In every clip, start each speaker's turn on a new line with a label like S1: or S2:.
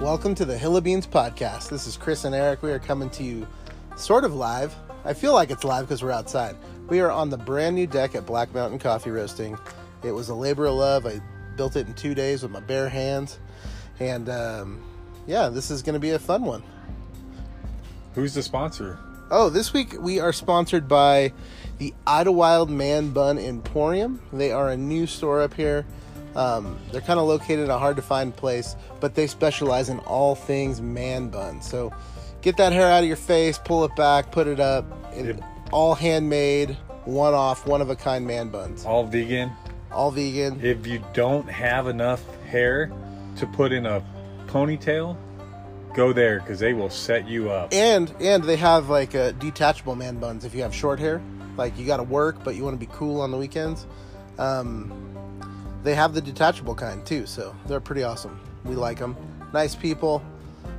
S1: Welcome to the Hill of Beans podcast. This is Chris and Eric. We are coming to you sort of live. I feel like it's live because we're outside. We are on the brand new deck at Black Mountain Coffee Roasting. It was a labor of love. I built it in two days with my bare hands. And um, yeah, this is going to be a fun one.
S2: Who's the sponsor?
S1: Oh, this week we are sponsored by the Idlewild Man Bun Emporium. They are a new store up here. Um, they're kind of located in a hard to find place, but they specialize in all things man bun. So get that hair out of your face, pull it back, put it up. It,
S2: Yep.
S1: All handmade, one off, one of a kind man buns.
S2: All vegan.
S1: All vegan.
S2: If you don't have enough hair to put in a ponytail, go there because they will set you up.
S1: And and they have like uh, detachable man buns if you have short hair. Like you got to work, but you want to be cool on the weekends. Um, they have the detachable kind too, so they're pretty awesome. We like them. Nice people.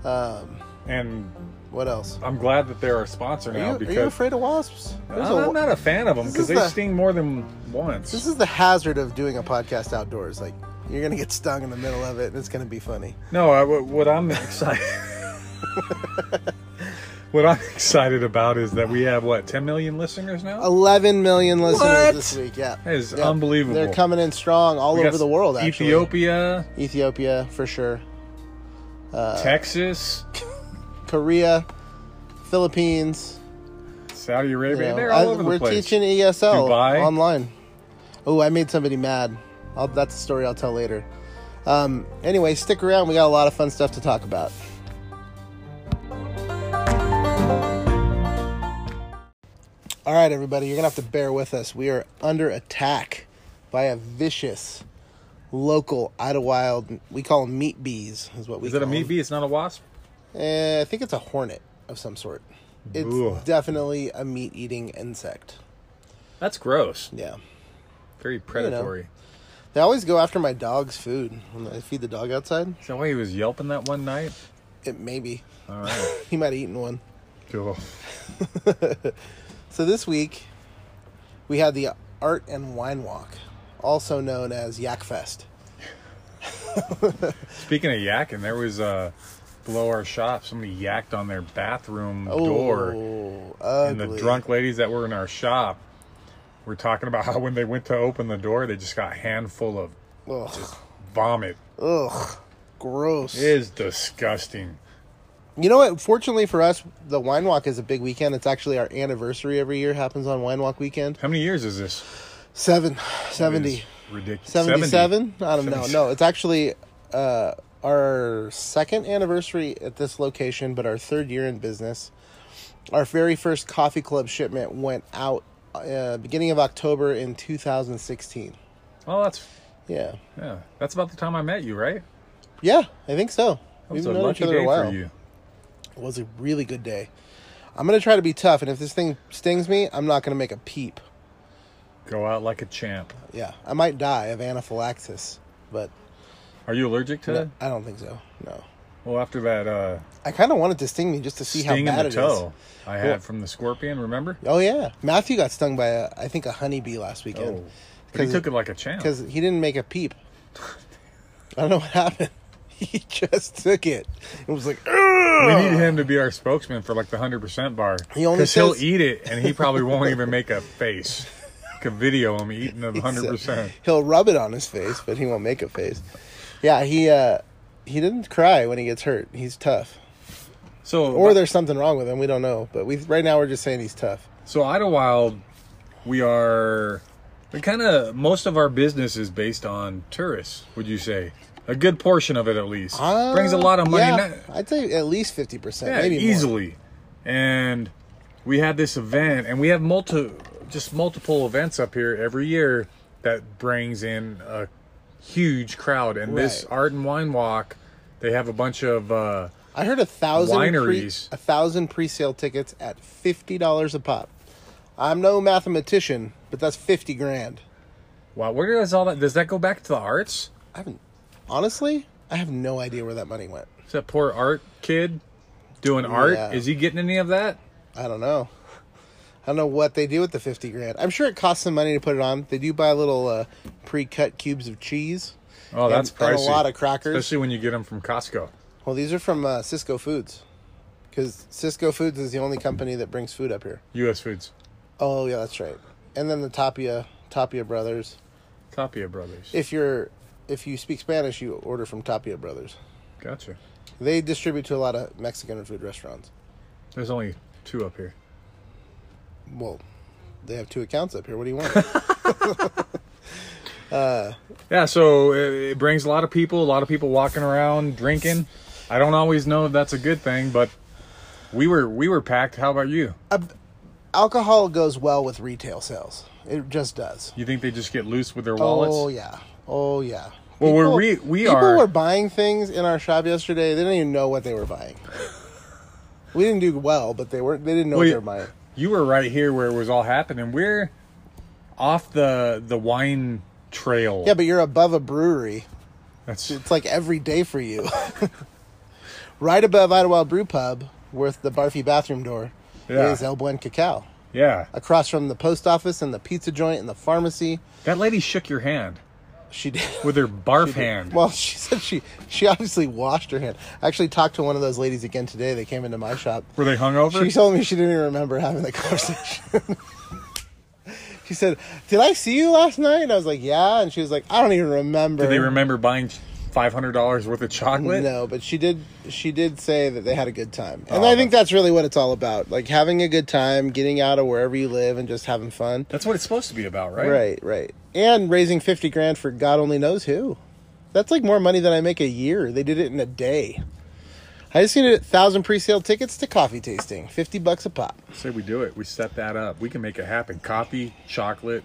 S1: Um,
S2: And
S1: what else?
S2: I'm glad that they're our sponsor
S1: Are
S2: now
S1: you, are
S2: because
S1: you afraid of wasps? There's a
S2: I'm
S1: wa-
S2: not a fan of them
S1: This
S2: because
S1: is
S2: they
S1: the-
S2: sting more than once.
S1: This is the hazard of doing a podcast outdoors. Like you're gonna get stung in the middle of it, and it's gonna be funny.
S2: No, I, what what I'm excited. what I'm excited about is that we have what 10 million listeners now.
S1: 11 million listeners
S2: What?
S1: this week. Yeah,
S2: That is
S1: Yeah.
S2: unbelievable.
S1: They're coming in strong all
S2: We got
S1: over the world. Actually,
S2: Ethiopia,
S1: Ethiopia for sure. Uh,
S2: Texas,
S1: Korea, Philippines.
S2: Saudi
S1: you
S2: Arabia.
S1: know,
S2: They're all
S1: I-
S2: over the
S1: we're
S2: place.
S1: teaching ESL
S2: Dubai.
S1: online. Oh, I made somebody mad. I'll, that's a story I'll tell later. Um, anyway, stick around. We got a lot of fun stuff to talk about. All right, everybody, you're gonna have to bear with us. We are under attack by a vicious local Idlewild. We call them meat bees. Is what we
S2: Is it a
S1: call 'em.
S2: meat bee? It's not a wasp.
S1: Eh, I think it's a hornet of some sort. It's
S2: Ugh.
S1: definitely a meat eating insect.
S2: That's gross.
S1: Yeah.
S2: Very predatory.
S1: They always go after my dog's food when I feed the dog outside.
S2: Is that why he was yelping that one night?
S1: It may be.
S2: All right.
S1: He might have eaten one.
S2: cool.
S1: So this week, we had the Art and Wine Walk, also known as Yak Fest.
S2: Speaking of yakking, there was uh, below our shop. Somebody yacked on their bathroom
S1: Oh,
S2: door. and
S1: ugly.
S2: the drunk ladies that were in our shop were talking about how when they went to open the door, they just got a handful of
S1: Ugh.
S2: vomit.
S1: Ugh. Gross.
S2: It is disgusting.
S1: You know what? Fortunately for us, the Wine Walk is a big weekend. It's actually our anniversary every year. Happens on Wine Walk weekend.
S2: How many years is this?
S1: Seven.
S2: It
S1: 70.
S2: is ridiculous.
S1: 77 i don't know
S2: 77.
S1: no it's actually uh, our second anniversary at this location but our third year in business our very first coffee club shipment went out uh, beginning of october in 2016
S2: Well, that's
S1: yeah
S2: yeah. That's about the time I met you, right?
S1: yeah i think so
S2: That was a lucky day for you.
S1: it was a really good day i'm gonna try to be tough and if this thing stings me i'm not gonna make a peep
S2: Go out like a champ.
S1: yeah i might die of anaphylaxis but
S2: Are you allergic to?
S1: no, i don't think so no
S2: Well, after that uh,
S1: i kind of wanted to sting me just to see
S2: sting
S1: how
S2: in
S1: bad
S2: the
S1: it is
S2: toe I had from the scorpion, remember?
S1: Oh yeah, Matthew got stung by a, I think a honeybee last weekend
S2: Oh, but he
S1: 'Cause-
S2: took it like a champ.
S1: because he didn't make a peep. I don't know what happened. He just took it and was like, "Ugh."
S2: We need him to be our spokesman for like the hundred percent bar.
S1: Uh. He only
S2: he'll
S1: says-
S2: eat it, and he probably won't even make a face. Could video him eating the hundred percent.
S1: He'll rub it on his face, but he won't make a face. Yeah, he uh, he didn't cry when he gets hurt. He's tough,
S2: So,
S1: or there's something wrong with him. We don't know, but we right now we're just saying he's tough.
S2: so Idlewild, we are, we kind of most of our business is based on tourists. Would you say a good portion of it at least
S1: Uh,
S2: brings a lot of money?
S1: Yeah,
S2: not-
S1: I'd say at least fifty percent,
S2: Yeah,
S1: maybe more.
S2: easily. And we had this event, and we have multi, just multiple events up here every year that brings in a huge crowd. And this
S1: Right.
S2: art and wine walk, they have a bunch of uh,
S1: I heard a thousand
S2: Wineries.
S1: pre, a thousand pre-sale tickets at fifty dollars a pop. I'm no mathematician, but that's fifty grand.
S2: wow. Where does all that? Does that go back to the arts?
S1: I haven't honestly. I have no idea where that money went.
S2: Is that poor art kid doing art?
S1: Yeah.
S2: Is he getting any of that?
S1: I don't know. I don't know what they do with the fifty grand. I'm sure it costs some money to put it on. They do buy little uh, pre-cut cubes of cheese.
S2: Oh,
S1: And-
S2: that's pricey.
S1: and a lot of crackers.
S2: especially when you get them from Costco.
S1: Well, these are from uh, Cisco Foods, because Cisco Foods is the only company that brings food up here.
S2: U.S. Foods,
S1: Oh yeah, that's right. And then the Tapia Tapia Brothers.
S2: Tapia Brothers.
S1: If you're if you speak Spanish, you order from Tapia Brothers.
S2: Gotcha.
S1: They distribute to a lot of Mexican food restaurants.
S2: There's only two up here.
S1: Well, they have two accounts up here. What do you want?
S2: Yeah, so it, it brings a lot of people, a lot of people walking around drinking. I don't always know if that's a good thing, but we were we were packed. How about you?
S1: Alcohol goes well with retail sales. It just does.
S2: You think they just get loose with their
S1: Oh
S2: wallets?
S1: yeah. Oh yeah.
S2: Well, we're re- we
S1: people
S2: are-
S1: were buying things in our shop yesterday. They didn't even know what they were buying. we didn't do well, but they were they didn't know what
S2: Well, you-
S1: they were buying.
S2: You were right here where it was all happening. We're off the the wine trail.
S1: Yeah, but you're above a brewery.
S2: That's
S1: It's like every day for you. right above Idlewild Brew Pub, with the barfy bathroom door,
S2: Yeah.
S1: is El Buen Cacao.
S2: yeah.
S1: Across from the post office and the pizza joint and the pharmacy,
S2: That lady shook your hand
S1: she did.
S2: with her barf hand.
S1: Well, she said she she obviously washed her hand. I actually talked to one of those ladies again today. They came into my shop.
S2: were they hungover?
S1: She told me she didn't even remember having that conversation. she said, "Did I see you last night?" And I was like, "Yeah." And she was like, "I don't even remember."
S2: Did they remember buying five hundred dollars worth of chocolate?
S1: No, but she did. She did say that they had a good time, and
S2: Oh,
S1: I think that's really what it's all about. Like having a good time, getting out of wherever you live, and just having fun.
S2: That's what it's supposed to be about, right?
S1: Right, right. And raising fifty grand for God only knows who. That's like more money than I make a year. They did it in a day. I just needed a thousand pre-sale tickets to coffee tasting, fifty bucks a pop.
S2: Say we do it. We set that up. We can make it happen. Coffee, chocolate,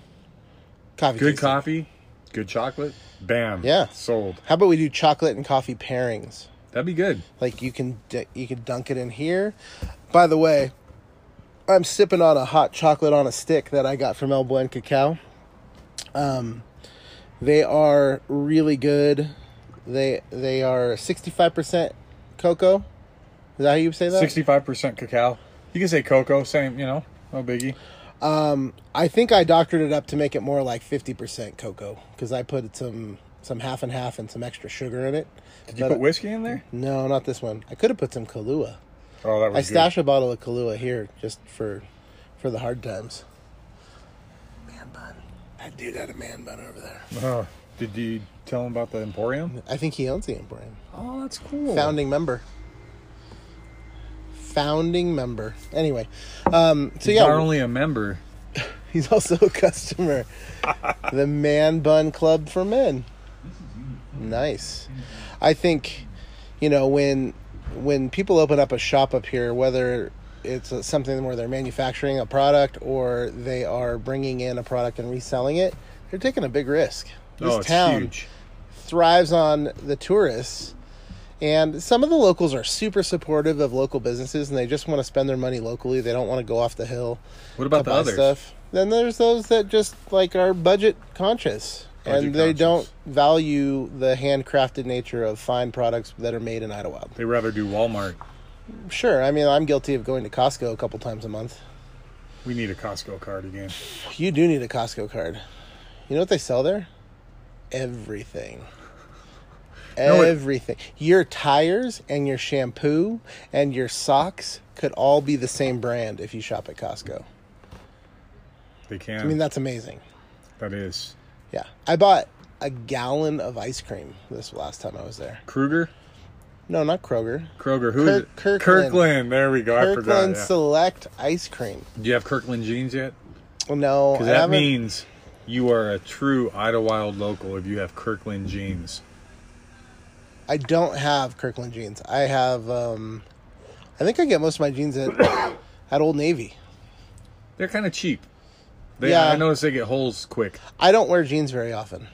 S1: Coffee,
S2: good
S1: tasting.
S2: coffee, good chocolate. Bam.
S1: Yeah.
S2: Sold.
S1: How about we do chocolate and coffee pairings?
S2: That'd be good.
S1: Like you can d- you can dunk it in here. By the way, I'm sipping on a hot chocolate on a stick that I got from El Buen Cacao. Um, they are really good. They they are 65% cocoa. Is that how you say that?
S2: Sixty-five percent cacao. You can say cocoa. Same. You know, no biggie.
S1: I think I doctored it up to make it more like 50% cocoa because I put some some half and half and some extra sugar in it.
S2: Did you
S1: But-
S2: put whiskey in there?
S1: no, not this one. I could have put some Kahlua.
S2: Oh, that was
S1: I
S2: good.
S1: stash a bottle of Kahlua here just for for the hard times. Man bun. That dude had a man bun over there.
S2: Oh, did you tell him about the Emporium?
S1: I think he owns the Emporium.
S2: Oh, that's cool.
S1: Founding member. Founding member. Anyway, um, so
S2: He's
S1: yeah,
S2: not only a member.
S1: he's also a customer. the Man Bun Club for Men. Nice. I think, you know, when when people open up a shop up here, whether it's uh, something where they're manufacturing a product or they are bringing in a product and reselling it, they're taking a big risk. This
S2: oh, it's
S1: town
S2: huge.
S1: thrives on the tourists. And some of the locals are super supportive of local businesses and they just want to spend their money locally. They don't want to go off the hill
S2: What about
S1: to
S2: the
S1: buy
S2: others?
S1: Then there's those that just like are budget conscious
S2: Budget
S1: and they
S2: conscious.
S1: don't value the handcrafted nature of fine products that are made in Idlewild.
S2: They rather do Walmart.
S1: Sure, I mean I'm guilty of going to Costco a couple times a month.
S2: We need a Costco card again.
S1: You do need a Costco card. You know what they sell there? Everything.
S2: No, it-
S1: Everything. Your tires and your shampoo and your socks could all be the same brand if you shop at Costco.
S2: They can.
S1: I mean that's amazing.
S2: that is
S1: Yeah. I bought a gallon of ice cream this last time I was there.
S2: Kruger.
S1: No, not Kroger.
S2: Kroger. Who is
S1: Kirk- Kirkland.
S2: it? Kirkland. There we go. I
S1: Kirkland
S2: forgot. yeah.
S1: Select Ice Cream.
S2: Do you have Kirkland jeans yet?
S1: Well, no, I
S2: Because that
S1: haven't-
S2: means you are a true Idlewild local if you have Kirkland jeans.
S1: I don't have Kirkland jeans. I have, um, I think I get most of my jeans at at Old Navy.
S2: They're kind of cheap. They,
S1: Yeah.
S2: I notice they get holes quick.
S1: I don't wear jeans very often.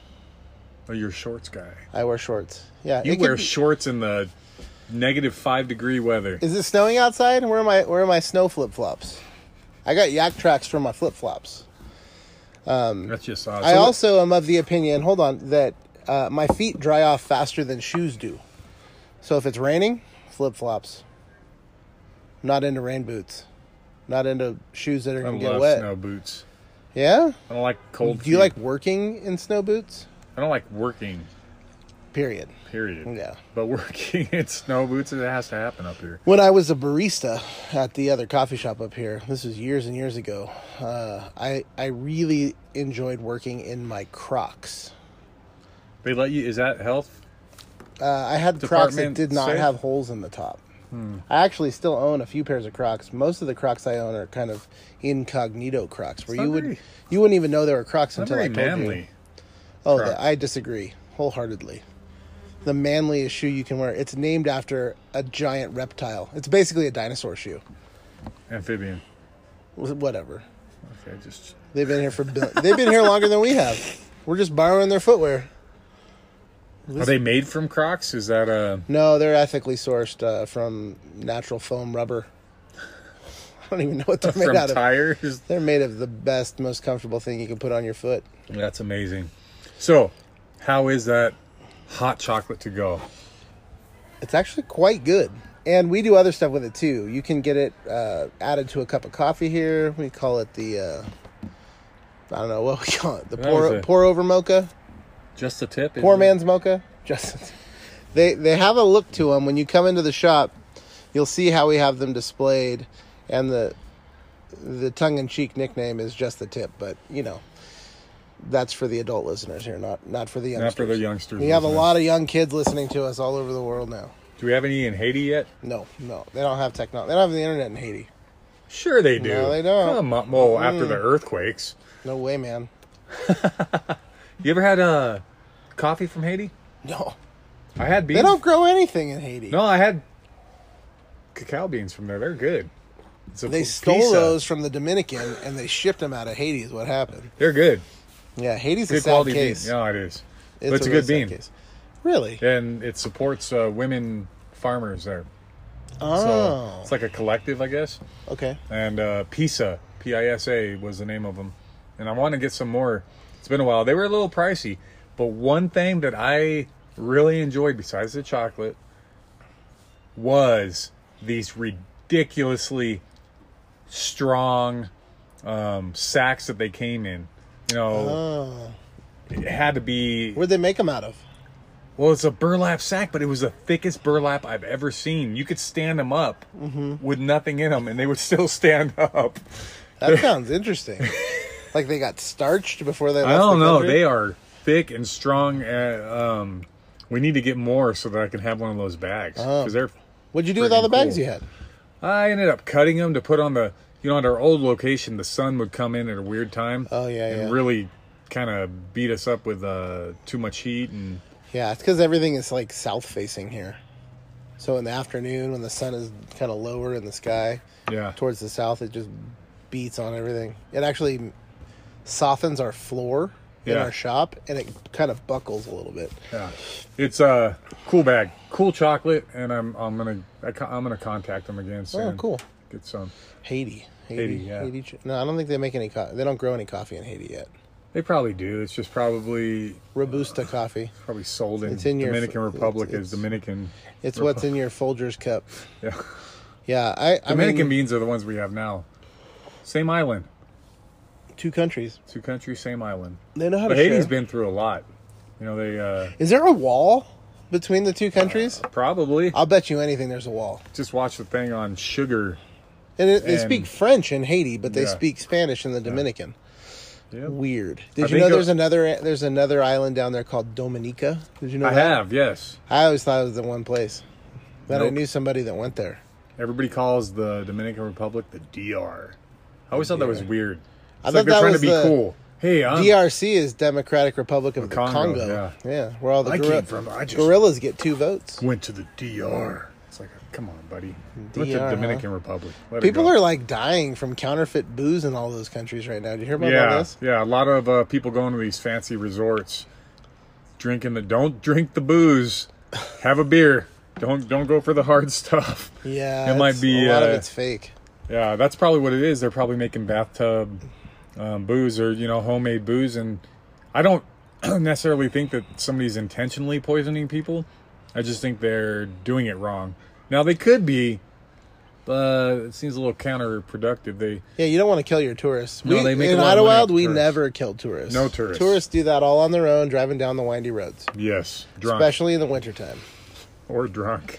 S2: Oh, you're a shorts guy.
S1: I wear shorts. Yeah,
S2: You
S1: it could
S2: wear
S1: be-
S2: shorts in the negative five degree weather.
S1: Is it snowing outside? Where are my where are my snow flip flops? I got yak tracks for my flip flops.
S2: That's just awesome.
S1: I also am of the opinion, hold on, that uh, my feet dry off faster than shoes do. So if it's raining, flip flops. Not into rain boots. Not into shoes that are
S2: I
S1: going to get
S2: love
S1: wet.
S2: snow boots.
S1: Yeah?
S2: I don't like cold.
S1: Do you
S2: feet.
S1: like working in snow boots?
S2: I don't like working.
S1: Period.
S2: Period.
S1: Yeah.
S2: But we're getting in snow boots, and it has to happen up here.
S1: When I was a barista at the other coffee shop up here, this was years and years ago. Uh, I I really enjoyed working in my Crocs.
S2: They let you. Is that health?
S1: Uh, I had Crocs that
S2: Department
S1: did not
S2: safe?
S1: have holes in the top. I actually still own a few pairs of Crocs. Most of the Crocs I own are kind of incognito Crocs, where
S2: not
S1: you would
S2: very-
S1: you wouldn't even know they were Crocs
S2: Not
S1: until I
S2: very
S1: told
S2: manly.
S1: you. Oh,
S2: Crocs.
S1: the, I disagree wholeheartedly. The manliest shoe you can wear. It's named after a giant reptile. It's basically a dinosaur shoe.
S2: Amphibian.
S1: Whatever.
S2: Okay, just
S1: They've been here for bill- they've been here longer than we have. We're just borrowing their footwear.
S2: are they made from Crocs? Is that uh, a
S1: No, they're ethically sourced uh, from natural foam rubber. I don't even know what they're made
S2: from
S1: out of.
S2: tires?
S1: They're made of the best, most comfortable thing you can put on your foot.
S2: That's amazing. So, how is that hot chocolate to go?
S1: It's actually quite good. And we do other stuff with it too. You can get it uh, added to a cup of coffee here. We call it the, uh, I don't know what we call it, the
S2: That was
S1: pour,
S2: a-
S1: pour over mocha.
S2: Just a tip.
S1: poor man's mocha. Just they they have a look to them. When you come into the shop, you'll see how we have them displayed, and the the tongue in cheek nickname is just the tip. But you know, that's for the adult listeners here, not not for the youngsters.
S2: Not for the youngsters.
S1: we have a
S2: listening.
S1: lot of young kids listening to us all over the world now.
S2: Do we have any in Haiti yet?
S1: No, no, they don't have technology. They don't have the internet in Haiti.
S2: Sure, they do.
S1: No, they don't.
S2: Come on. Well, after the earthquakes,
S1: No way, man.
S2: you ever had uh, coffee from Haiti?
S1: No,
S2: I had beans.
S1: they don't grow anything in Haiti.
S2: No, I had cacao beans from there. They're good. It's a
S1: They
S2: p-
S1: stole
S2: pizza.
S1: those from the Dominican and they shipped them out of Haiti. Is what happened.
S2: They're good.
S1: Yeah, Haiti's a
S2: Good
S1: sad
S2: quality
S1: case.
S2: bean. No, it is. But It's, a,
S1: really
S2: good
S1: sad
S2: bean,
S1: case. Really?
S2: and it supports uh, women farmers there. So
S1: Oh,
S2: it's like a collective, I guess.
S1: okay.
S2: and uh, Pisa, P-I-S-A was the name of them. And I want to get some more. It's been a while. They were a little pricey, but one thing that I really enjoyed besides the chocolate was these ridiculously strong um, sacks that they came in. You know,
S1: Oh.
S2: it had to be
S1: Where'd they make them out of?
S2: well, it's a burlap sack, but it was the thickest burlap I've ever seen. You could stand them up with nothing in them, and they would still stand up.
S1: That sounds interesting. like they got starched before they. Left
S2: I don't
S1: the
S2: know.
S1: country?
S2: They are thick and strong. uh um, we need to get more so that I can have one of those bags
S1: Oh.
S2: because they're.
S1: What'd you do with all the
S2: freaking
S1: bags
S2: cool.
S1: you had?
S2: I ended up cutting them to put on the. You know, at our old location, the sun would come in at a weird time.
S1: Oh, yeah,
S2: and
S1: yeah.
S2: really kind of beat us up with uh, too much heat and
S1: Yeah, it's because everything is like south facing here. So in the afternoon, when the sun is kind of lower in the sky
S2: yeah.
S1: towards the south, it just beats on everything. It actually softens our floor in
S2: Yeah.
S1: our shop, and it kind of buckles a little bit.
S2: Yeah, it's a cool bag, cool chocolate, and I'm I'm gonna I, co- I'm gonna contact them again soon.
S1: Oh, cool.
S2: Get some.
S1: Haiti.
S2: Haiti, yeah.
S1: ch- no, I don't think they make any. Co- they don't grow any coffee in Haiti yet.
S2: They probably do. It's just probably Uh,
S1: Robusta coffee.
S2: probably sold in,
S1: It's in your-
S2: Dominican Republic
S1: it's-
S2: as Dominican.
S1: It's what's in your Folgers cup.
S2: Yeah,
S1: Yeah, I. I
S2: Dominican
S1: mean,
S2: beans are the ones we have now. Same island,
S1: two countries.
S2: two countries, same island.
S1: They know how
S2: But
S1: to.
S2: Haiti's
S1: share.
S2: been through a lot. You know, they uh,
S1: Is there a wall between the two countries?
S2: probably
S1: I'll bet you anything. There's a wall.
S2: just watched the thing on sugar.
S1: And it, they
S2: And-
S1: speak French in Haiti, but they
S2: Yeah.
S1: speak Spanish in the Dominican.
S2: Yeah.
S1: Weird. Did
S2: I
S1: you
S2: think
S1: know
S2: it-
S1: there's another there's another island down there called Dominica? Did you know
S2: I
S1: that?
S2: have yes.
S1: I always thought it was the one place. But I
S2: Nope.
S1: knew somebody that went there.
S2: Everybody calls the Dominican Republic the DR. I always thought that was weird. It's
S1: I thought
S2: like they're
S1: that
S2: trying
S1: was
S2: to be
S1: the
S2: cool. Hey, I'm,
S1: DRC is Democratic Republic of the Congo.
S2: Congo, yeah.
S1: where all the
S2: I
S1: gorilla-
S2: came from. I just
S1: gorillas get two votes.
S2: went to the DR. It's like, come on, buddy. Went to
S1: DR, huh?
S2: Dominican Republic. Let it
S1: People
S2: go.
S1: are like dying from counterfeit booze in all those countries right now. Did you hear about all
S2: yeah,
S1: this?
S2: yeah. A lot of uh, people going to these fancy resorts, drinking the don't drink the booze, have a beer. Don't don't go for the hard stuff.
S1: Yeah,
S2: It might
S1: it's-
S2: be,
S1: a lot of
S2: uh,
S1: it's fake.
S2: Yeah, that's probably what it is. They're probably making bathtub um, booze or you know homemade booze, and I don't necessarily think that somebody's intentionally poisoning people. I just think they're doing it wrong. Now they could be uh, it seems a little counterproductive. They
S1: Yeah, you don't want to kill your tourists.
S2: No,
S1: we,
S2: they make
S1: in
S2: a lot of money off
S1: Idlewild, we
S2: tourists.
S1: never killed tourists.
S2: No tourists.
S1: Tourists do that all on their own, driving down the windy roads,
S2: yes, drunk
S1: especially in the wintertime.
S2: or drunk.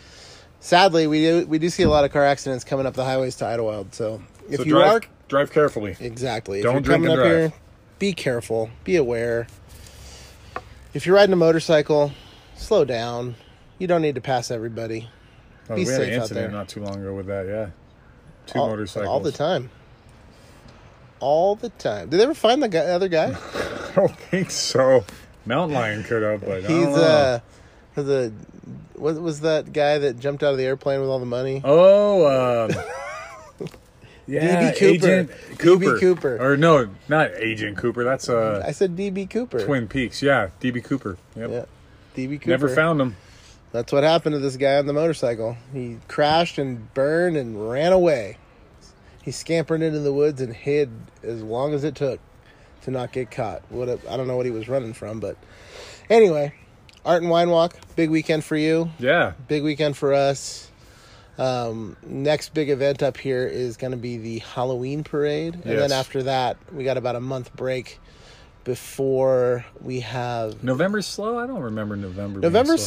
S1: Sadly, we do we do see a lot of car accidents coming up the highways to Idlewild. So if
S2: So
S1: you
S2: drive
S1: are
S2: drive carefully.
S1: exactly,
S2: Don't
S1: if you're
S2: drink
S1: coming
S2: and
S1: up
S2: drive.
S1: here, be careful, be aware. If you're riding a motorcycle, slow down. You don't need to pass everybody.
S2: Oh,
S1: Be
S2: we had
S1: safe
S2: an
S1: out there.
S2: incident not too long ago with that. Yeah, two
S1: all,
S2: motorcycles
S1: all the time. All the time. Did they ever find the guy, other guy?
S2: I don't think so. Mountain lion could have, but I
S1: He's
S2: don't know.
S1: uh the what was that guy that jumped out of the airplane with all the money?
S2: Oh, um, yeah,
S1: DB Cooper.
S2: Agent
S1: DB
S2: Cooper.
S1: Cooper.
S2: Or no, not Agent Cooper. That's uh,
S1: I said DB Cooper.
S2: Twin Peaks. Yeah, DB Cooper. Yep.
S1: Yeah. DB Cooper.
S2: Never found him.
S1: That's what happened to this guy on the motorcycle. He crashed and burned and ran away. He scampered into the woods and hid as long as it took to not get caught. What a, I don't know what he was running from, but anyway, Art and Wine Walk, big weekend for you,
S2: Yeah,
S1: big weekend for us. Um, next big event up here is going to be the Halloween parade, and
S2: Yes.
S1: then after that, we got about a month break before we have
S2: November's slow. I don't remember November. being
S1: November's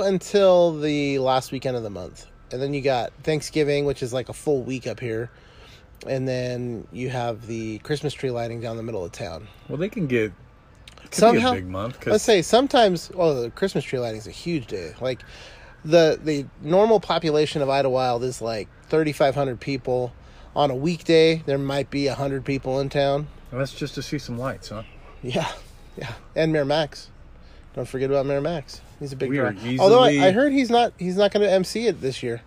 S1: slow until the last weekend of the month. And then you got Thanksgiving, which is like a full week up here. And then you have the Christmas tree lighting down the middle of town.
S2: Well, they can get. It could
S1: Somehow-
S2: be a big month
S1: Let's
S2: because
S1: say sometimes, oh, the Christmas tree lighting is a huge day. Like the the normal population of Idlewild is like 3,500 people. On a weekday, there might be 100 people in town.
S2: that's just to see some lights, huh?
S1: Yeah, yeah, and Miramax. Don't forget about Miramax. He's a big
S2: We
S1: draw.
S2: are easily-
S1: Although I, I heard he's not he's not going to MC it this year.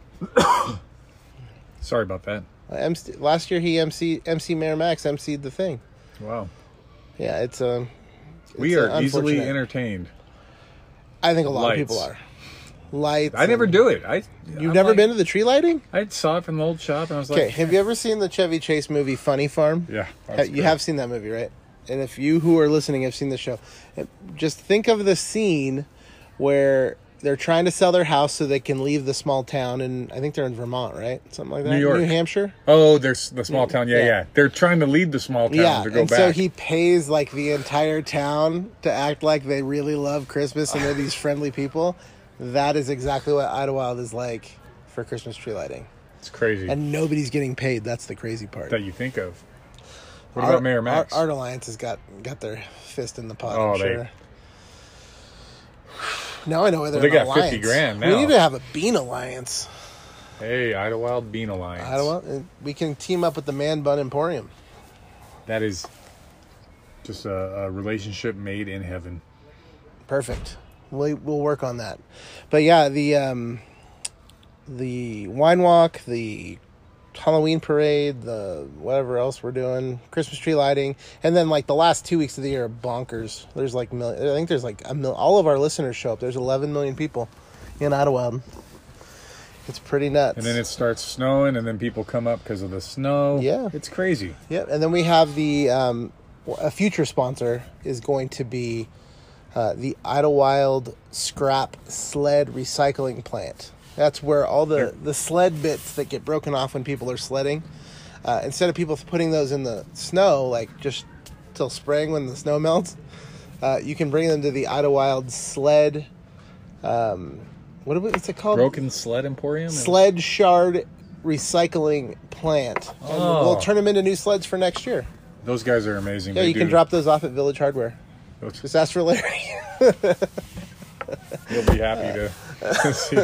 S2: Sorry about that.
S1: Uh, MC, last year he MC MC Miramax MC'd the thing.
S2: Wow.
S1: Yeah, it's um.
S2: We
S1: it's, uh,
S2: are easily
S1: unfortunate.
S2: entertained.
S1: I think a lot
S2: Lights.
S1: of people are. Lights.
S2: I never
S1: and-
S2: do it. I
S1: You've never been to the tree lighting?
S2: I saw it from the old shop and I was like,
S1: Okay. Have you ever seen the Chevy Chase movie Funny Farm?
S2: yeah,
S1: Ha-
S2: that's
S1: you
S2: good.
S1: have seen that movie, right? And if you who are listening have seen the show, uh, just think of the scene where they're trying to sell their house so they can leave the small town, and I think they're in Vermont, right? Something like that.
S2: New York.
S1: New Hampshire.
S2: Oh, there's the small town. Yeah,
S1: Yeah.
S2: yeah, They're trying to lead the small town
S1: Yeah,
S2: to go
S1: and
S2: back.
S1: so he pays like the entire town to act like they really love Christmas and they're these friendly people. That is exactly what Idlewild is like for Christmas tree lighting,
S2: it's crazy
S1: and nobody's getting paid. That's the crazy part.
S2: that you think of. What about Mayor Max?
S1: Art Alliance has got got their fist in the pot.
S2: Oh,
S1: I'm
S2: they-
S1: sure. Now I know whether
S2: Well, they
S1: an
S2: got 50
S1: alliance.
S2: grand
S1: We
S2: now.
S1: need to have a bean alliance.
S2: hey, Idlewild Bean Alliance.
S1: I don't want. We can team up with the Man Bun Emporium.
S2: That is just a, a relationship made in heaven.
S1: Perfect. We, we'll work on that. But yeah, the um, the wine walk, the Halloween parade, the whatever else we're doing, Christmas tree lighting, and then like the last two weeks of the year are bonkers. There's like mil- I think there's like a mil- all of our listeners show up. There's 11 million people in Ottawa. It's pretty nuts.
S2: And then it starts snowing, and then people come up because of the snow.
S1: Yeah.
S2: it's crazy.
S1: Yep, and then we have the um, a future sponsor is going to be uh, the Idlewild Scrap Sled Recycling Plant. That's where all the the sled bits that get broken off when people are sledding. Uh, instead of people putting those in the snow, like just till spring when the snow melts, uh, you can bring them to the Idlewild Sled. Um, what do we- what's it called?
S2: Broken Sled Emporium. and-
S1: Sled Shard Recycling Plant. And
S2: Oh.
S1: We'll turn them into new sleds for next year.
S2: Those guys are amazing.
S1: Yeah,
S2: They
S1: you can
S2: do-
S1: drop those off at Village Hardware. Just ask for Larry.
S2: You'll be happy to see.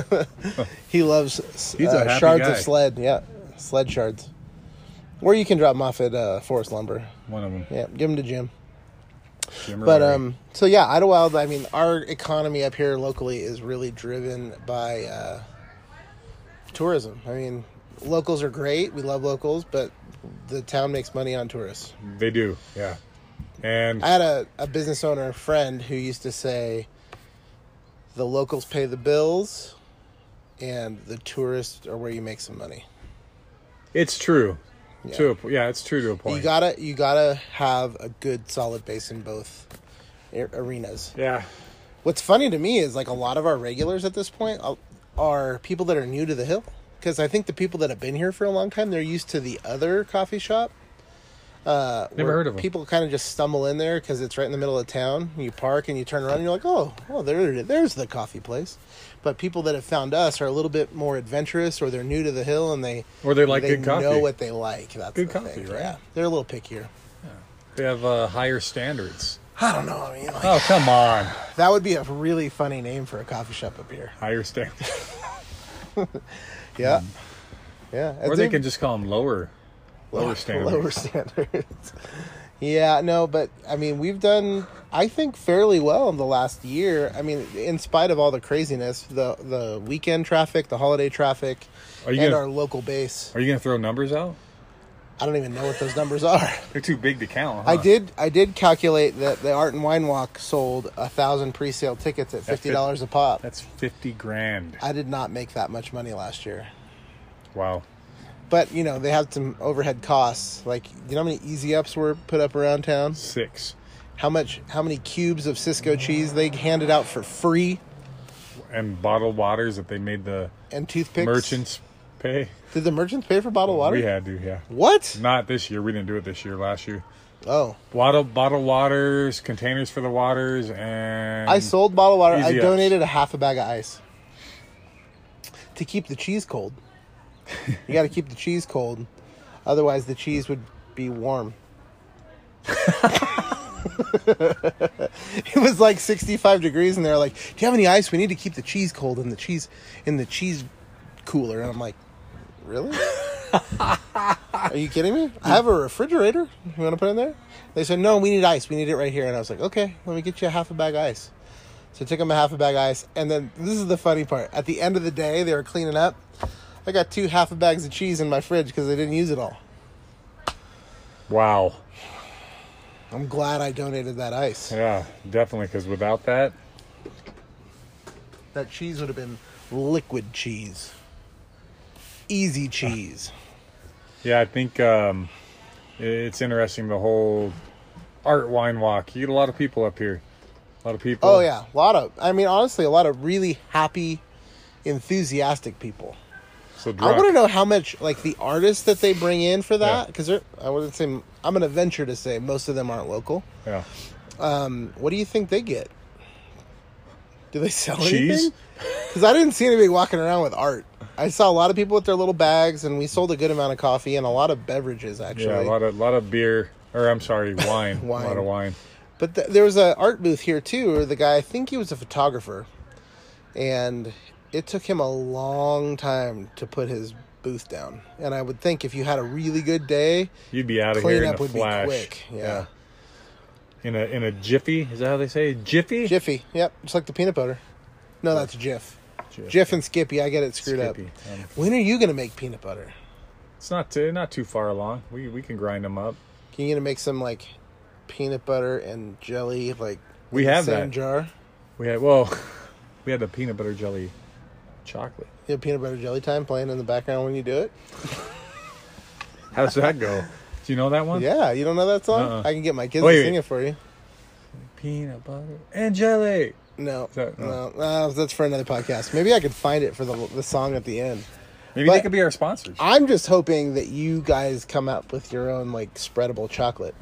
S1: he loves s-
S2: He's a
S1: uh,
S2: happy
S1: shards of
S2: guy.
S1: sled. Yeah, sled shards. Or you can drop them off at uh, Forest Lumber.
S2: One of them.
S1: Yeah, give them to Jim.
S2: Jim
S1: But
S2: Rory.
S1: um, so yeah, Idlewild. I mean, our economy up here locally is really driven by uh, tourism. I mean, locals are great. We love locals, but the town makes money on tourists.
S2: they do. Yeah, and
S1: I had a, a business owner friend who used to say, the locals pay the bills, and the tourists are where you make some money.
S2: it's true. To a, po- yeah, it's true to a point.
S1: You gotta you gotta have a good solid base in both a- arenas.
S2: yeah,
S1: What's funny to me is like a lot of our regulars at this point are- are people uh, that are new to the hill. because I think the people that have been here for a long time, they're used to the other coffee shop. Uh,
S2: Never
S1: where
S2: heard of 'em.
S1: People kind of just stumble in there because it's right in the middle of town. You park and you turn around and you're like, oh, well, there, there's the coffee place. But people that have found us are a little bit more adventurous, or they're new to the hill and they
S2: Or they like good
S1: know
S2: coffee.
S1: what they like. That's
S2: Good
S1: the
S2: coffee,
S1: thing.
S2: right?
S1: Yeah, they're a little pickier.
S2: They have uh, higher standards.
S1: I don't know. I mean, like,
S2: Oh come on,
S1: that would be a really funny name for a coffee shop up here.
S2: higher standards.
S1: Yeah, yeah.
S2: Mm. or
S1: It's
S2: they
S1: in-
S2: can just call them lower, lower standards.
S1: Lower standards. yeah, no, but I mean, we've done, I think, fairly well in the last year. I mean, in spite of all the craziness, the the weekend traffic, the holiday traffic,
S2: Are you
S1: and
S2: gonna-
S1: our local base.
S2: Are you gonna throw numbers out?
S1: I don't even know what those numbers are.
S2: They're too big to count.
S1: I
S2: huh?
S1: did I did calculate that the Art and Wine Walk sold a thousand pre-sale tickets at
S2: That's
S1: fifty dollars a pop.
S2: That's fifty grand.
S1: I did not make that much money last year.
S2: Wow.
S1: But you know they have some overhead costs. Like you know how many easy ups were put up around town.
S2: Six.
S1: how much how many cubes of Cisco cheese they handed out for free
S2: And bottled waters that they made the
S1: and toothpicks.
S2: merchants pay.
S1: Did the merchants pay for bottled water?
S2: We had to, yeah.
S1: What?
S2: Not this year. We didn't do it this year. Last year,
S1: Oh.
S2: bottle bottle waters, containers for the waters, and
S1: I sold bottled water. I
S2: Easy ups.
S1: donated a half a bag of ice. To keep the cheese cold. you gotta keep the cheese cold. Otherwise the cheese would be warm. it was like 65 degrees and they're like, "Do you have any ice? We need to keep the cheese cold in the cheese in the cheese cooler." And I'm like, "Really? Are you kidding me? I have a refrigerator. You want to put it in there?" They said, "No, we need ice. We need it right here." And I was like, "Okay, let me get you a half a bag of ice." So I took them a half a bag of ice, and then this is the funny part. At the end of the day, they were cleaning up. I got two half a bags of cheese in my fridge because I didn't use it all.
S2: wow,
S1: I'm glad I donated that ice.
S2: yeah, definitely. Because without that,
S1: That cheese would have been liquid cheese, easy cheese.
S2: yeah, I think um, it's interesting the whole art wine walk. You get a lot of people up here, a lot of people.
S1: Oh yeah, a lot of. I mean, honestly, a lot of really happy, enthusiastic people.
S2: So
S1: I
S2: drunk.
S1: want to know how much like the artists that they bring in for that
S2: Yeah.
S1: because they're I wouldn't say I'm gonna venture to say most of them aren't local.
S2: Yeah.
S1: Um, what do you think they get? Do they sell
S2: Cheese?
S1: Because I didn't see anybody walking around with art. I saw a lot of people with their little bags, and we sold a good amount of coffee and a lot of beverages actually.
S2: Yeah, a lot of lot of beer, or I'm sorry, wine,
S1: Wine.
S2: a lot of wine.
S1: But th- there was an art booth here too, where the guy, I think he was a photographer, and it took him a long time to put his booth down. And I would think if you had a really good day,
S2: You'd be out of here in
S1: cleanup
S2: a
S1: would
S2: flash.
S1: be quick. Yeah.
S2: in a in a jiffy. Is that how they say it? jiffy?
S1: Jiffy. Yep. Just like the peanut butter. No, that's Jiff.
S2: Jiff.
S1: Jiff and Skippy. I get it screwed
S2: Skippy,
S1: up.
S2: um,
S1: When are you going to make peanut butter?
S2: It's not too, not too far along. We we can grind them up.
S1: Can you going to make some like peanut butter and jelly like
S2: We
S1: in the
S2: have
S1: same
S2: that.
S1: jar?
S2: We had well, we had the peanut butter jelly chocolate.
S1: You have peanut butter jelly time playing in the background when you do it.
S2: How does that go? Do you know that one?
S1: Yeah, you don't know that song?
S2: Uh-uh.
S1: I can get my kids
S2: Wait,
S1: to sing
S2: wait.
S1: it for you.
S2: Peanut butter and jelly.
S1: No,
S2: that- oh.
S1: no,
S2: no.
S1: no, that's for another podcast. Maybe I could find it for the the song at the end.
S2: Maybe
S1: But-
S2: they could be our sponsors.
S1: I'm just hoping that you guys come up with your own like spreadable chocolate.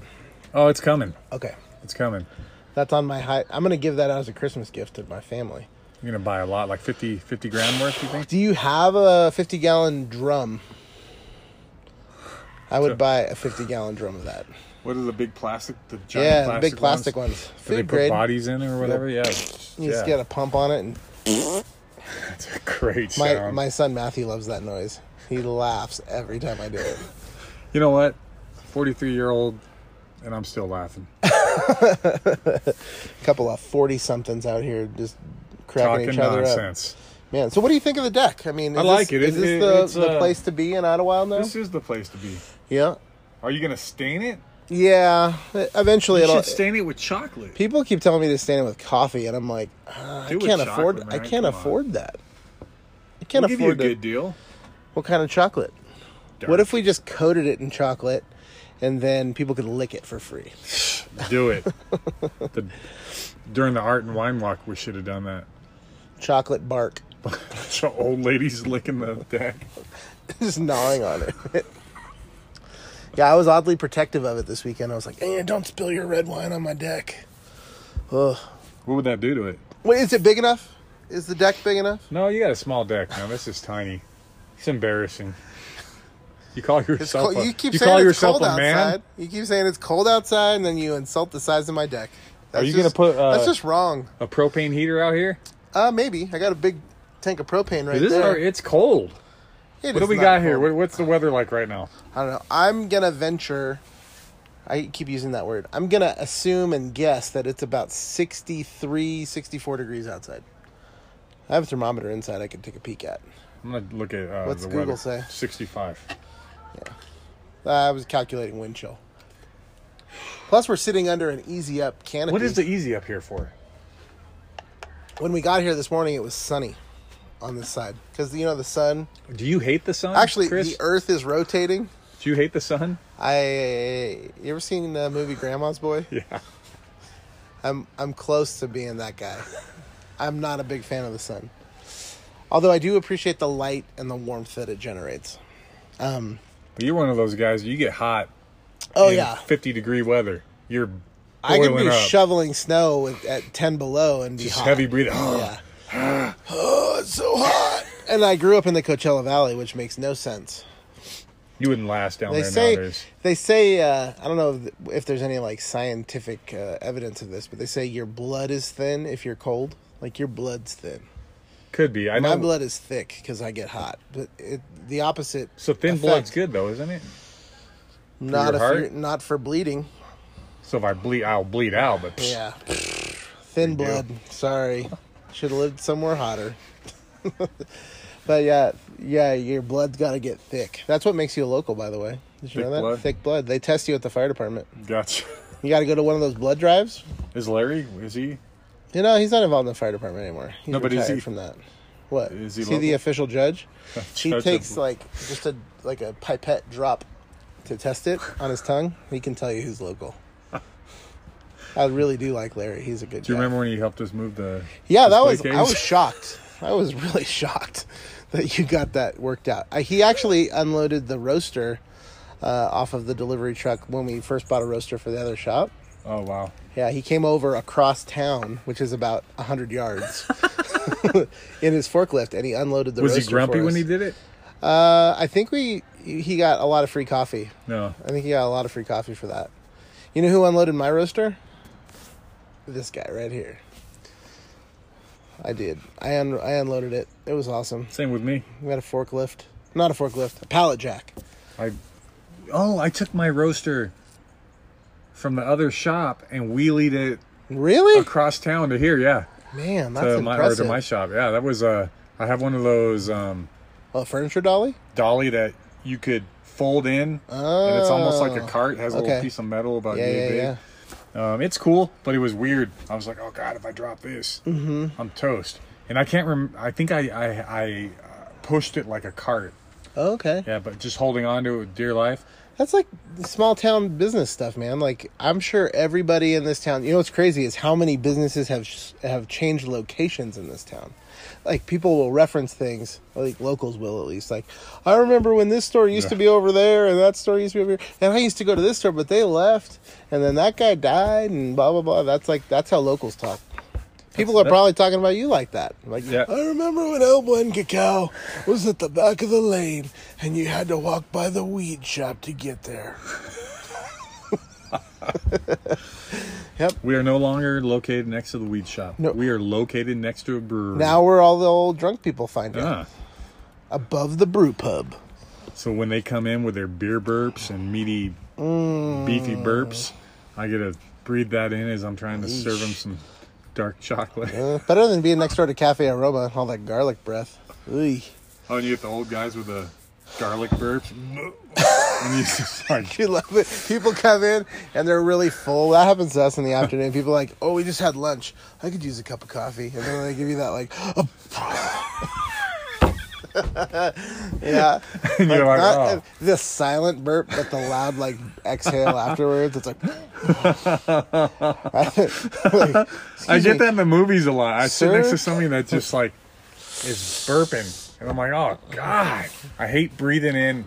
S2: Oh, it's coming.
S1: Okay,
S2: It's coming.
S1: that's on my high. I'm gonna give that out as a Christmas gift to my family.
S2: I'm gonna buy a lot, like 50, 50 grand worth. You think?
S1: Do you have a 50 gallon drum? I would buy a 50 gallon drum of that.
S2: What are the big plastic? The giant
S1: Yeah, the big plastic ones.
S2: Do they
S1: Food
S2: put
S1: grade.
S2: bodies in it or whatever? Yeah.
S1: You just
S2: yeah.
S1: get a pump on it, and
S2: That's a great
S1: my
S2: sound.
S1: my son Matthew loves that noise. He laughs every time I do it.
S2: You know what? 43 year old, and I'm still laughing.
S1: couple of 40 somethings out here just cracking
S2: Talking
S1: each other
S2: nonsense.
S1: up. Man, so what do you think of the deck? I mean, is
S2: I like
S1: this,
S2: it.
S1: Is
S2: It-
S1: this
S2: it-
S1: the,
S2: it's,
S1: the
S2: uh,
S1: place to be in Idlewild now?
S2: This is the place to be.
S1: yeah.
S2: Are you going to stain it?
S1: Yeah. E, Eventually,
S2: You
S1: it'll.
S2: should stain it with chocolate.
S1: people keep telling me to stand it with coffee, and I'm like, ah, I
S2: Do it
S1: can't
S2: chocolate,
S1: afford. I
S2: man,
S1: can't
S2: come on.
S1: afford that. I can't
S2: We'll give you a
S1: afford
S2: good
S1: it.
S2: deal.
S1: What kind of chocolate? What if we just coated it in chocolate, and then people could lick it for free?
S2: do it? The- during the art and wine walk, we should have done that.
S1: Chocolate bark.
S2: So old ladies licking the deck.
S1: just gnawing on it. yeah, I was oddly protective of it this weekend. I was like, eh, don't spill your red wine on my deck. Ugh.
S2: What would that do to it?
S1: Wait, is it big enough? Is the deck big enough?
S2: No, you got a small deck now. This is tiny. It's embarrassing. You call yourself
S1: Cold-
S2: a,
S1: you keep
S2: you
S1: saying
S2: call
S1: it's
S2: yourself
S1: cold
S2: a man?
S1: outside. You keep saying it's cold outside, and then you insult the size of my deck. That's
S2: you gonna
S1: just-
S2: put, uh,
S1: that's just wrong.
S2: A propane heater out here?
S1: Uh, maybe I got a big tank of propane right
S2: This is
S1: there.
S2: our- it's cold.
S1: It
S2: What
S1: is
S2: do we
S1: not
S2: got here?
S1: cold.
S2: What, what's the weather like right now?
S1: I don't know. I'm gonna venture. I keep using that word. I'm gonna assume and guess that it's about 63, 64 degrees outside. I have a thermometer inside. I can take a peek at.
S2: I'm gonna look at uh,
S1: What's
S2: the
S1: Google
S2: weather.
S1: say?
S2: 65.
S1: Uh, I was calculating wind chill. Plus, we're sitting under an easy up canopy.
S2: What is the easy up here for?
S1: When we got here this morning, it was sunny on this side because you know the sun.
S2: Do you hate the sun?
S1: Actually,
S2: Chris?
S1: the Earth is rotating.
S2: do you hate the sun?
S1: I you ever seen the movie Grandma's Boy?
S2: Yeah.
S1: I'm I'm close to being that guy. I'm not a big fan of the sun. Although I do appreciate the light and the warmth that it generates.
S2: You're one of those guys. You get hot.
S1: Oh
S2: in
S1: yeah.
S2: 50 degree weather. You're
S1: I could
S2: boiling
S1: be
S2: up.
S1: shoveling snow with, at 10 below and be
S2: Just
S1: hot.
S2: heavy breathing.
S1: Yeah. oh, it's so hot. And I grew up in the Coachella Valley, which makes no sense.
S2: You wouldn't last down
S1: They
S2: there
S1: say
S2: nowadays.
S1: they say uh, I don't know if- if there's any like scientific uh, evidence of this, but they say your blood is thin if you're cold. Like your blood's thin.
S2: Could be. I
S1: My
S2: know.
S1: blood is thick because I get hot, but it, the opposite.
S2: so thin
S1: effect.
S2: blood's good though, isn't it?
S1: Not
S2: your
S1: if you're-
S2: heart?
S1: not for bleeding.
S2: So if I bleed, I'll bleed out. But psh,
S1: Yeah, thin blood. Sorry, should have lived somewhere hotter. but yeah, yeah, your blood's got to get thick. That's what makes you a local, by the way. Did you
S2: Thick
S1: know that?
S2: blood?
S1: Thick blood. They test you at the fire department.
S2: gotcha.
S1: You got to go to one of those blood drives.
S2: Is Larry? Is he?
S1: You know, he's not involved in the fire department anymore. He's
S2: No, but is
S1: retired
S2: he-
S1: from that. What?
S2: Is he
S1: See the
S2: local?
S1: official judge? She
S2: Judge of-
S1: takes like just a like a pipette drop to test it on his tongue. He can tell you who's local. I really do like Larry. He's a good
S2: Do you
S1: guy.
S2: remember when he helped us move the?
S1: Yeah, that
S2: display
S1: was I
S2: case?
S1: was shocked. I was really shocked that you got that worked out. I, he actually unloaded the roaster uh, off of the delivery truck when we first bought a roaster for the other shop.
S2: Oh wow.
S1: Yeah, he came over across town, which is about hundred yards, in his forklift, and he unloaded the.
S2: Was he
S1: roaster
S2: grumpy
S1: for
S2: when
S1: us.
S2: he did it?
S1: Uh, I think we he got a lot of free coffee.
S2: No.
S1: I think he got a lot of free coffee for that. You know who unloaded my roaster? This guy right here. I did. I un- I unloaded it. It was awesome.
S2: Same with me.
S1: We had a forklift, not a forklift, a pallet jack.
S2: I. Oh, I took my roaster from the other shop and wheelied it
S1: Really?
S2: across town to here. Yeah,
S1: Man, that's
S2: to my or to
S1: impressive.
S2: my shop. Yeah, that was. Uh, I have one of those. Um,
S1: a furniture dolly.
S2: dolly that you could fold in, and it's almost like a
S1: Oh,
S2: cart. It has a
S1: okay.
S2: little piece of metal about
S1: Yeah,
S2: yay
S1: yeah,
S2: big.
S1: yeah.
S2: Um, it's cool, but it was weird. I was like, oh god, if I drop this,
S1: Mm-hmm.
S2: I'm toast. And I can't rem. I think I I, I uh, pushed it like a cart.
S1: Okay.
S2: Yeah, but just holding on to it, with dear life.
S1: That's like small town business stuff, man. Like I'm sure everybody in this town. You know what's crazy is how many businesses have have changed locations in this town. Like people will reference things, like locals will at least. Like I remember when this store used to be over there, and that store used to be over here, and I used to go to this store, but they left, and then that guy died, and blah blah blah. That's like that's how locals talk. People are
S2: that-
S1: probably talking about you like that. Like,
S2: Yeah.
S1: I remember when El Buen Cacao was at the back of the lane and you had to walk by the weed shop to get there.
S2: We are no longer located next to the weed shop.
S1: No.
S2: We are located next to a brewery.
S1: Now we're all the old drunk people find it.
S2: Ah.
S1: Above the brew pub.
S2: So when they come in with their beer burps and meaty,
S1: Mm.
S2: beefy burps, I get to breathe that in as I'm trying to serve them some dark chocolate.
S1: Uh, better than being next door to Cafe Aroma and all that garlic breath. Ooh.
S2: Oh, and you get the old guys with the garlic burps. and you just like,
S1: You love it. People come in and they're really full. That happens to us in the afternoon. People are like, oh, we just had lunch. I could use a cup of coffee. And then they give you that, like, yeah.
S2: and you're like,
S1: Not
S2: oh,
S1: the silent burp, but the loud like exhale afterwards. It's like, Like,
S2: I
S1: excuse
S2: get
S1: me,
S2: that in the movies a lot. I sit next
S1: Sir?
S2: to somebody that just like is burping, and I'm like, oh god, I hate breathing in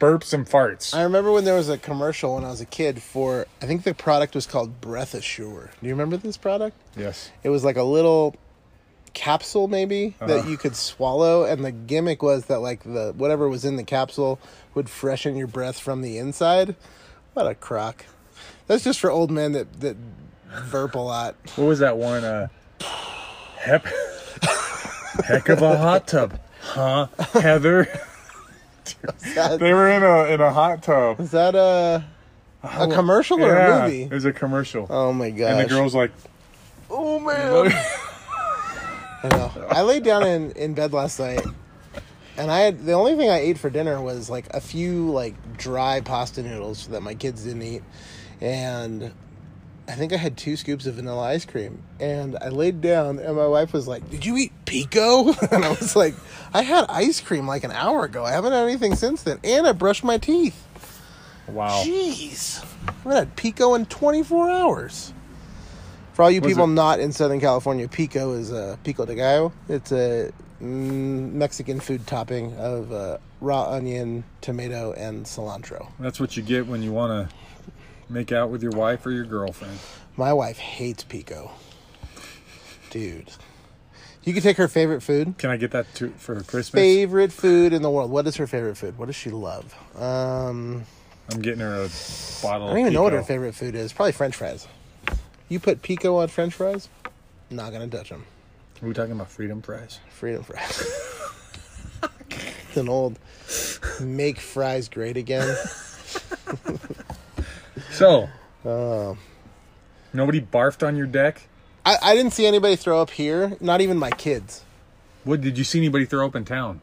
S2: burps and farts.
S1: I remember when there was a commercial when I was a kid for I think the product was called Breath Assure. Do you remember this product?
S2: yes.
S1: It was like a little capsule maybe
S2: Uh-huh.
S1: that you could swallow and the gimmick was that like the whatever was in the capsule would freshen your breath from the inside. What a crock. That's just for old men that that burp a lot.
S2: What was that one? Uh, hep, heck of a hot tub, huh, Heather?
S1: That-
S2: they were in a in a hot tub.
S1: Is that a a commercial or
S2: Oh, Yeah,
S1: a movie?
S2: it was a commercial,
S1: Oh my gosh.
S2: and the girl's like,
S1: Oh man. I know. I laid down in, in bed last night and I had the only thing I ate for dinner was like a few like dry pasta noodles that my kids didn't eat. And I think I had two scoops of vanilla ice cream. And I laid down and my wife was like, Did you eat pico? And I was like, I had ice cream like an hour ago. I haven't had anything since then. And I brushed my teeth.
S2: "Wow."
S1: Jeez. I haven't had Pico in 24 hours. For all you
S2: What is
S1: people
S2: it?
S1: not in Southern California, Pico is uh, Pico de Gallo. It's a mm, Mexican food topping of uh, raw onion, tomato, and cilantro.
S2: That's what you get when you want to make out with your wife or your girlfriend.
S1: My wife hates Pico. Dude. You could take her favorite food.
S2: Can I get that to, for Christmas?
S1: Favorite food in the world. What is her favorite food? What does she love? Um,
S2: I'm getting her a bottle.
S1: I don't even know what her favorite food is. Probably French fries. You put Pico on French fries? Not gonna touch them.
S2: Are we talking about freedom fries?
S1: Freedom fries. it's an old make fries great again.
S2: So,
S1: Oh.
S2: nobody barfed on your deck.
S1: I, I didn't see anybody throw up here, not even my kids.
S2: What did you see anybody throw up in town?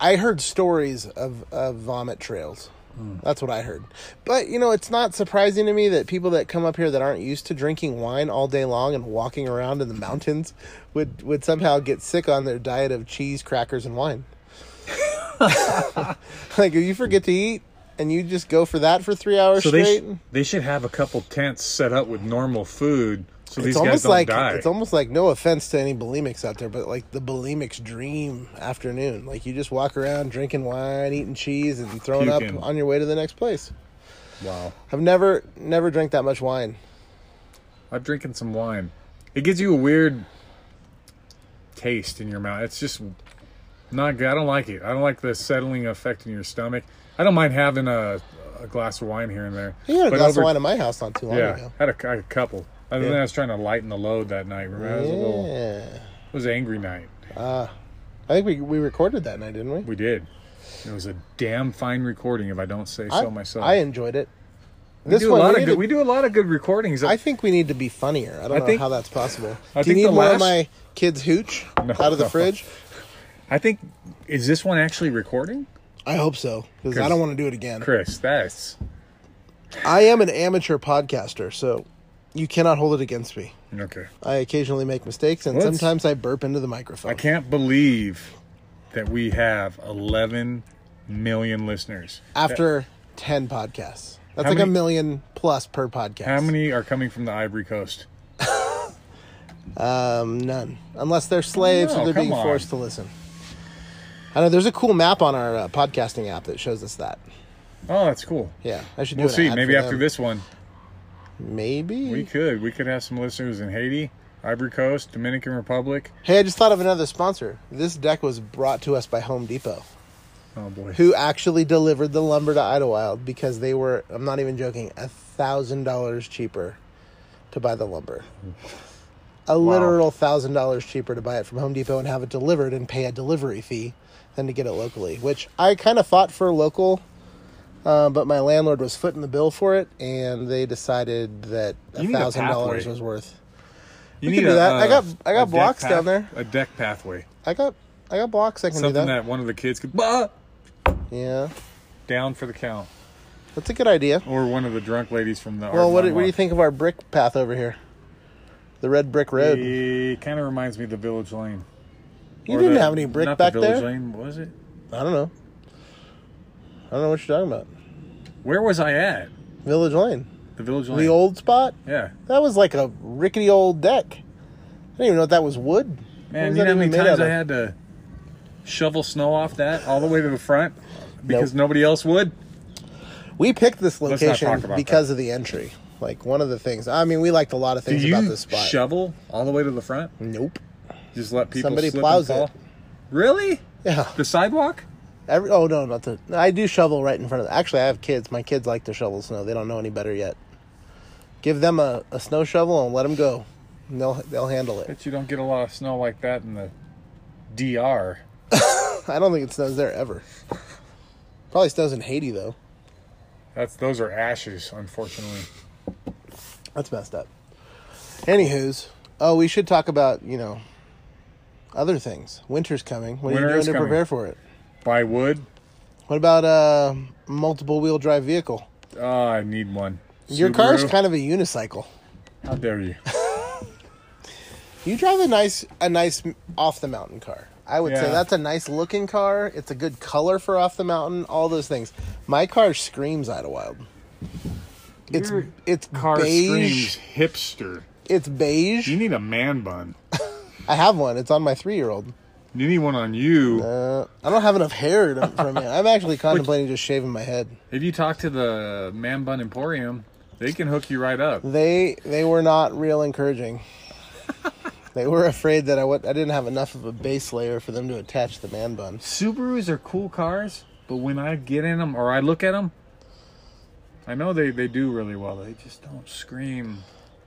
S1: I heard stories of, of vomit trails.
S2: Hmm.
S1: That's what I heard. But, you know, it's not surprising to me that people that come up here that aren't used to drinking wine all day long and walking around in the mountains would, would somehow get sick on their diet of cheese, crackers, and wine. like, if you forget to eat and you just go for that for three hours
S2: So they
S1: straight.
S2: sh- they should have a couple tents set up with normal food, so these
S1: it's
S2: guys
S1: almost
S2: don't
S1: like
S2: die.
S1: it's almost like no offense to any bulimics out there, but like the bulimics dream afternoon. Like you just walk around drinking wine, eating cheese, and throwing
S2: Puking.
S1: up on your way to the next place.
S2: wow,
S1: I've never never drank that much wine.
S2: I'm drinking some wine. It gives you a weird taste in your mouth. It's just not good. I don't like it. I don't like the settling effect in your stomach. I don't mind having a, a glass of wine here and there.
S1: You had a
S2: But
S1: glass
S2: over-
S1: of wine at my house not too long
S2: Yeah,
S1: ago.
S2: had a, I had a couple. Other than that, I was trying to lighten the load that night. Remember, it was a little, it
S1: Yeah,
S2: was an angry night.
S1: I think we we recorded that night, didn't we?
S2: We did. It was a damn fine recording, if I don't say
S1: I,
S2: so myself.
S1: I enjoyed it.
S2: we
S1: This
S2: do a
S1: one,
S2: lot
S1: we
S2: of
S1: need
S2: good,
S1: to-
S2: we do a lot of good recordings.
S1: I think we need to be funnier. I don't
S2: I
S1: know
S2: think-
S1: how that's possible.
S2: I
S1: Do you
S2: think
S1: need
S2: the
S1: more of
S2: last-
S1: my kids' hooch
S2: No.
S1: out of the fridge?
S2: I think is this one actually recording,
S1: I hope so because I
S2: Chris-
S1: don't want to do it again.
S2: Chris? That's
S1: I am an amateur podcaster, so you cannot hold it against me.
S2: okay.
S1: I occasionally make mistakes, and
S2: Well, it's-
S1: sometimes I burp into the microphone.
S2: I can't believe that we have 11 million listeners.
S1: After ten podcasts, that's
S2: How
S1: like a
S2: many-
S1: million plus per podcast.
S2: How many are coming from the Ivory Coast?
S1: Um, none, unless they're slaves
S2: No,
S1: or they're
S2: come
S1: being
S2: on.
S1: forced to listen. I know there's a cool map on our uh, podcasting app that shows us that.
S2: Oh, that's cool.
S1: Yeah, I should. Do
S2: We'll
S1: an
S2: see.
S1: ad
S2: Maybe
S1: for
S2: after
S1: them.
S2: this one,
S1: Maybe.
S2: we could we could have some listeners in Haiti, Ivory Coast, Dominican Republic.
S1: Hey, I just thought of another sponsor. This deck was brought to us by Home Depot.
S2: Oh boy.
S1: who actually delivered the lumber to Idlewild because they were, I'm not even joking, a thousand dollars cheaper to buy the lumber. A literal thousand dollars cheaper to buy it from Home Depot and have it delivered and pay a delivery fee than to get it locally, which I kind of fought for local, uh, but my landlord was footing the bill for it, and they decided that a
S2: You need a
S1: thousand dollars
S2: pathway.
S1: was worth.
S2: You
S1: We can do that. I got- I got
S2: a deck
S1: blocks down there.
S2: A deck pathway.
S1: I got, I got blocks. I can
S2: Something
S1: do that.
S2: that one of the kids could bah!
S1: Yeah,
S2: down for the count,
S1: that's a good idea.
S2: or one of the drunk ladies from the.
S1: Well, what, do- what do you think of our brick path over here? The red brick road.
S2: It kind of reminds me of the Village Lane.
S1: you
S2: Or
S1: didn't
S2: the-
S1: have any brick
S2: not
S1: back
S2: the Village
S1: there.
S2: Lane was it?
S1: I don't know. I don't know what you're talking about.
S2: Where was I at?
S1: Village Lane,
S2: The Village Lane.
S1: the old spot.
S2: Yeah.
S1: That was like a rickety old deck. I didn't even know that was wood. What
S2: Man,
S1: was that
S2: you know how
S1: even
S2: many
S1: made out
S2: times I
S1: of?
S2: had to shovel snow off that all the way to the front because nobody else would.
S1: We picked this
S2: not
S1: location
S2: talk about
S1: because of the entry. Like one of the things. I mean, we liked a lot of
S2: Do
S1: things about
S2: you
S1: this spot.
S2: shovel all the way to the front?
S1: nope.
S2: Just let people
S1: Somebody
S2: slip
S1: plows
S2: and
S1: it.
S2: fall? Really?
S1: Yeah.
S2: The sidewalk?
S1: Every, oh no, not the. I do shovel right in front of. Actually, I have kids. My kids like to shovel snow. They don't know any better yet. Give them a, a snow shovel and let them go. And they'll they'll handle it.
S2: Bet you don't get a lot of snow like that in the DR.
S1: I don't think it snows there ever. Probably snows in Haiti though.
S2: That's those are ashes, unfortunately.
S1: That's messed up. Anywho's, oh, we should talk about you know other things. Winter's coming. What
S2: Winter
S1: are you doing
S2: is
S1: to
S2: coming.
S1: prepare for it?
S2: Buy wood.
S1: What about a multiple wheel drive vehicle?
S2: Oh, I need one.
S1: Your car's
S2: Subaru?
S1: kind of a unicycle.
S2: How dare you?
S1: You drive a nice a nice off the mountain car. I would say
S2: Yeah.
S1: that's a nice looking car. It's a good color for off the mountain. All those things. My car screams Idlewild. It's
S2: Your
S1: it's
S2: Car
S1: beige.
S2: screams hipster.
S1: It's
S2: You
S1: beige.
S2: need a man bun.
S1: I have one. It's on my three year old.
S2: You need one on you.
S1: Uh, I don't have enough hair to, for a man. I'm actually contemplating just shaving my head.
S2: If you talk to the Man Bun Emporium, they can hook you right up.
S1: They they were not real encouraging. they were afraid that I would, I didn't have enough of a base layer for them to attach the man bun.
S2: Subarus are cool cars, but when I get in them or I look at them, I know they, they do really well. They just don't scream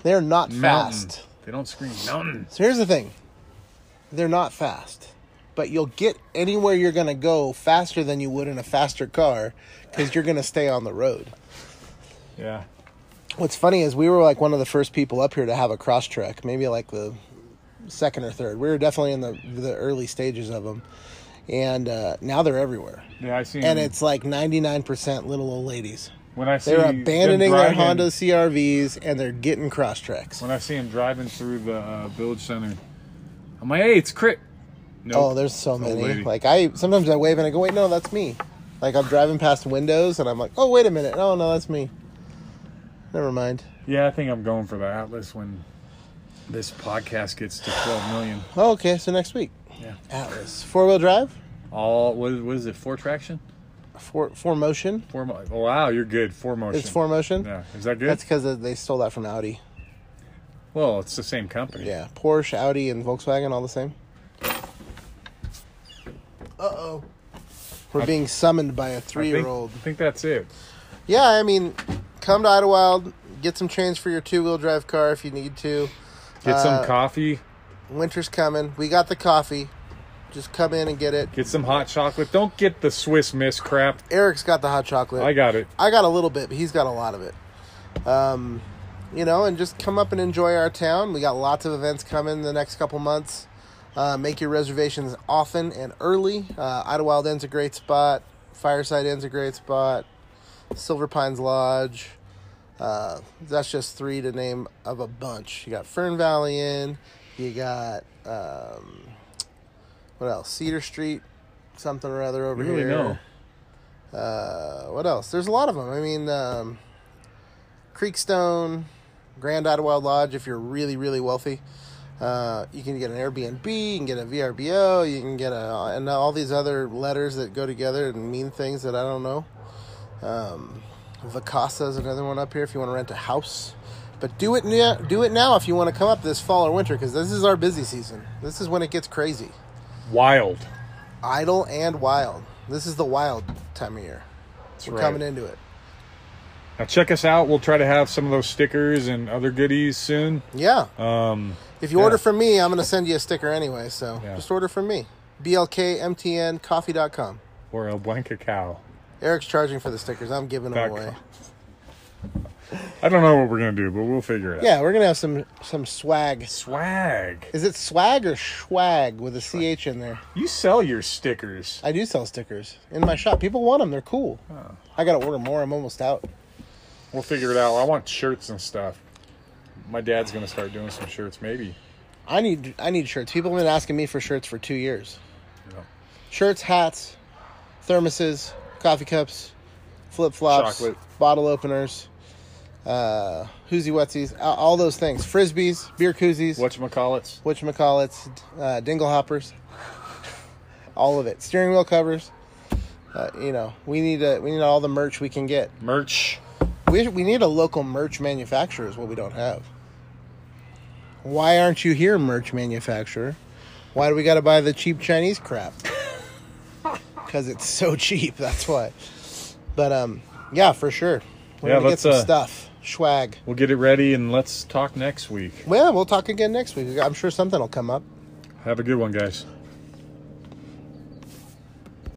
S1: They're not
S2: mountain.
S1: fast.
S2: They don't scream mountain.
S1: So here's the thing. They're not fast, but you'll get anywhere you're going to go faster than you would in a faster car cuz you're going to stay on the road.
S2: Yeah.
S1: What's funny is we were like one of the first people up here to have a cross track, maybe like the second or third. We were definitely in the the early stages of them. And uh, now they're everywhere.
S2: Yeah, I see.
S1: And
S2: 'em.
S1: it's like 99% little old ladies.
S2: when I see
S1: They're
S2: them
S1: abandoning their
S2: driving-
S1: Honda CRVs and they're getting cross tracks.
S2: When I see them driving through the uh, village center, I'm like, hey, it's Crit. No,
S1: Oh, there's so
S2: an old
S1: many.
S2: lady.
S1: Like I sometimes I wave and I go, wait, no, that's me. Like I'm driving past windows and I'm like, oh, wait a minute, oh no, that's me. Never mind.
S2: Yeah, I think I'm going for the Atlas when this podcast gets to 12 million.
S1: Oh, okay, so next week,
S2: Yeah.
S1: Atlas four wheel drive,
S2: All what is, what is it? Four traction?
S1: four four motion.
S2: Four? Mo- oh, wow, you're good. Four motion.
S1: It's four motion.
S2: Yeah, is that good?
S1: That's because they stole that from Audi.
S2: well, it's the same company.
S1: Yeah, Porsche, Audi, and Volkswagen all the same. Uh oh, we're being summoned by a
S2: I
S1: three
S2: think-
S1: year old.
S2: I think that's it.
S1: yeah, I mean, come to Idlewild, get some change for your two wheel drive car if you need to.
S2: Get some
S1: Uh,
S2: coffee.
S1: Winter's coming. We got the coffee. Just come in and get it.
S2: Get some hot chocolate. Don't get the Swiss Miss crap.
S1: Eric's got the hot chocolate.
S2: I got it.
S1: I got a little bit, but he's got a lot of it. Um, you know, and just come up and enjoy our town. We got lots of events coming the next couple months. Uh, make your reservations often and early. Uh, Idlewild End's a great spot. Fireside End's a great spot. Silver Pines Lodge. Uh, that's just three to name of a bunch. You got Fern Valley Inn. You got um, what else? Cedar Street, something or other over
S2: We really
S1: here
S2: know.
S1: uh, what else? There's a lot of them. I mean, um, Creekstone, Grand Idlewild Lodge. If you're really, really wealthy, uh, you can get an Airbnb, you can get a VRBO, you can get a, and all these other letters that go together and mean things that I don't know. Um, Vacasa is another one up here if you want to rent a house. But do it now, do it now if you want to come up this fall or winter because this is our busy season. This is when it gets crazy,
S2: Wild.
S1: idle and wild. This is the wild time of year.
S2: That's
S1: We're
S2: right.
S1: coming into it.
S2: Now check us out. We'll try to have some of those stickers and other goodies soon.
S1: Yeah.
S2: Um,
S1: If you
S2: Yeah.
S1: order from me, I'm going to send you a sticker anyway. So
S2: Yeah.
S1: just order from me. BLKMTNcoffee.com.
S2: or El Blanca Cow.
S1: Eric's charging for the stickers. I'm giving
S2: Dot
S1: them away.
S2: com. I don't know what we're gonna do, but we'll figure it out.
S1: Yeah, we're going to have some some swag.
S2: Swag.
S1: Is it swag or swag with a CH in there?
S2: You sell your stickers.
S1: I do sell stickers in my shop. People want them. They're cool.
S2: Oh.
S1: I got to order more. I'm almost out.
S2: We'll figure it out. I want shirts and stuff. My dad's gonna start doing some shirts, maybe.
S1: I need I need shirts. People have been asking me for shirts for 2 years.
S2: You know,
S1: Shirts, hats, thermoses, coffee cups, flip flops,
S2: Chocolate.
S1: bottle openers, uh, hoozy wetsies, a- all those things. Frisbees, beer koozies,
S2: whatchamacallits?
S1: whatchamacallits, uh, dingle hoppers. all of it. Steering wheel covers. Uh, you know, we need a, we need all the merch we can get.
S2: Merch.
S1: We we need a local merch manufacturer is what we don't have. Why aren't you here, merch manufacturer? Why do we got to buy the cheap Chinese crap? Because it's so cheap. That's why. But um, yeah, for sure. We're
S2: Yeah,
S1: gonna get
S2: let's,
S1: some
S2: uh,
S1: stuff, swag.
S2: We'll get it ready and let's talk next week.
S1: Well, we'll talk again next week. I'm sure something will come up.
S2: Have a good one, guys.